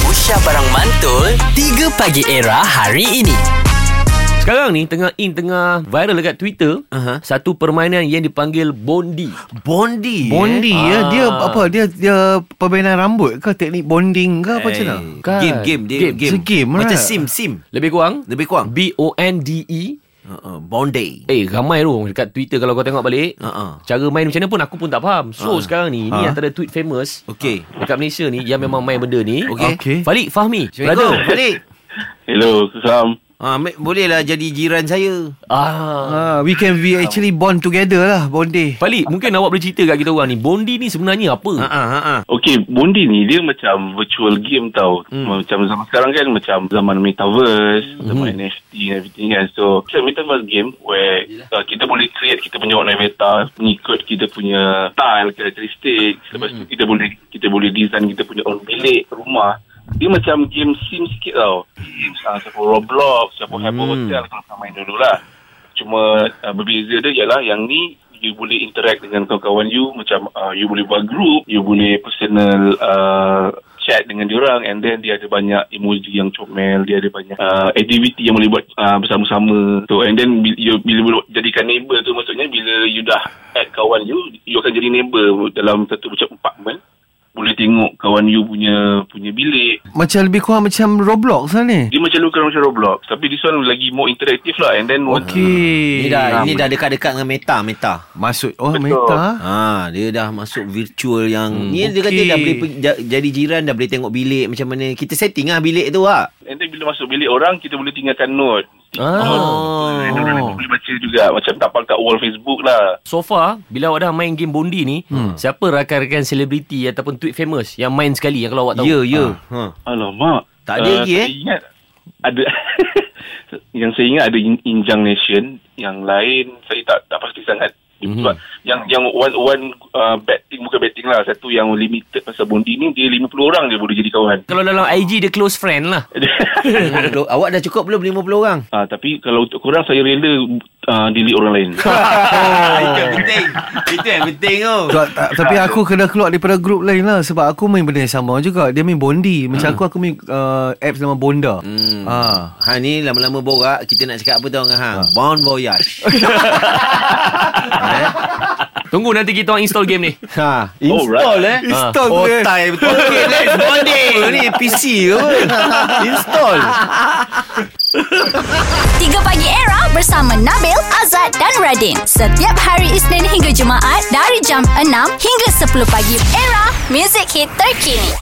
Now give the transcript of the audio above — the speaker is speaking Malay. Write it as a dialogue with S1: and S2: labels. S1: Usha Barang Mantul 3 Pagi Era hari ini
S2: Sekarang ni tengah in tengah viral dekat Twitter
S1: Aha.
S2: uh-huh. satu permainan yang dipanggil bondi.
S1: Bondi
S3: Bondi
S1: eh?
S3: ya
S2: Ah.
S3: dia apa dia dia permainan rambut ke teknik bonding ke apa macam mana?
S2: Kan.
S1: Game game dia game.
S2: Game.
S3: It's a game, lah.
S1: Macam
S3: right?
S1: sim sim.
S2: Lebih kurang
S1: Lebih kurang.
S2: B O N D E
S1: Uh, uh, bondi. Uh-uh.
S2: Eh ramai tu dekat Twitter kalau kau tengok balik
S1: Ha-ha.
S2: Cara main macam mana pun aku pun tak faham So sekarang ni Ni
S3: Ha.
S2: antara tweet famous
S1: Okey.
S2: Dekat Malaysia ni Yang memang main benda ni
S1: Okey.
S3: Okey.
S2: Falik Fahmi
S1: Assalamualaikum Balik.
S4: Hello, Sam.
S1: Ah, uh, bolehlah jadi jiran saya. Uh-uh,
S2: ah.
S3: Ah, we can we actually bond together lah bondi.
S2: Falik mungkin awak boleh cerita kat kita orang ni Bondi ni sebenarnya apa?
S1: Ha ah ha ah.
S4: Okay, Bondi ni dia macam virtual game tau. Hmm. Macam zaman sekarang kan, macam zaman metaverse, hmm. zaman NFT and everything kan. So, it's a metaverse game where uh, kita boleh create kita punya own avatar, mengikut kita punya style, karakteristik. Lepas tu kita boleh kita boleh design kita punya own bilik, rumah. Dia macam game sim sikit tau. Games, uh, siapa Roblox, siapa hmm. Hyper Hotel kalau pernah main dulu lah. Cuma uh, berbeza dia ialah yang ni you boleh interact dengan kawan-kawan you macam uh, you boleh buat group, you boleh personal uh, chat dengan diorang and then dia ada banyak emoji yang comel, dia ada banyak uh, activity yang boleh buat uh, bersama-sama. So and then bila, you, bila boleh jadikan neighbor tu maksudnya bila you dah add kawan you, you akan jadi neighbor dalam satu macam apartment. Boleh tengok kawan you punya punya bilik,
S3: Macam lebih kurang macam Roblox lah ni.
S4: dia macam luka macam Roblox tapi this one lagi more interaktif lah and then
S1: Ini
S4: once-
S3: Okey.
S1: dah ini dah dekat-dekat dengan meta meta.
S3: Masuk oh
S4: Betul.
S3: meta.
S1: Ha, dia dah masuk virtual yang hmm, ni dia
S3: okey.
S1: kata dah boleh pe- ja- jadi jiran dah boleh tengok bilik macam mana. Kita setting ah bilik tu ah.
S4: And then bila masuk bilik orang Kita boleh tinggalkan note
S2: Ah.
S4: And orang lain pun boleh baca juga Macam tapal kat wall Facebook lah
S2: So far Bila awak dah main game bondi ni hmm. Siapa rakan-rakan selebriti Ataupun tweet famous Yang main sekali Yang kalau awak tahu Ah.
S1: Ya ya. Ha.
S4: Alamak
S1: Tak ada lagi, eh?
S4: Ah, Saya ingat Ada Yang saya ingat ada In- Injang Nation Yang lain Saya tak tak pasti sangat
S1: Hmm.
S4: Sebab Yang yang one, one uh, betting Bukan betting lah Satu yang limited Pasal bondi ni Dia 50 orang dia boleh jadi kawan
S2: Kalau dalam IG Dia close friend lah
S1: Belum- Awak dah cukup belum 50 orang?
S4: Ah, tapi kalau untuk korang saya rela uh, delete orang lain.
S1: Oh. Itu yang penting. Itu yang penting tu.
S3: So, ta- ah, tapi aku kena keluar daripada grup lain lah Sebab aku main benda yang sama juga Dia main bondi Macam
S1: Hmm.
S3: aku aku main uh, apps nama Bonda hmm. ah.
S1: Ha ni lama-lama borak kita nak cakap apa tau dengan hang? Bon voyage.
S2: Tunggu nanti kita orang install game ni
S1: ha,
S4: Install,
S1: eh.
S3: Install
S1: ha.
S3: boleh.
S1: Otai betul. Okay, let's bonding. ni PC ke? apa? Install.
S5: 3 Pagi Era bersama Nabil, Azad dan Radin. Setiap hari Isnin hingga Jumaat dari jam 6 hingga 10 pagi. Era, music hit terkini.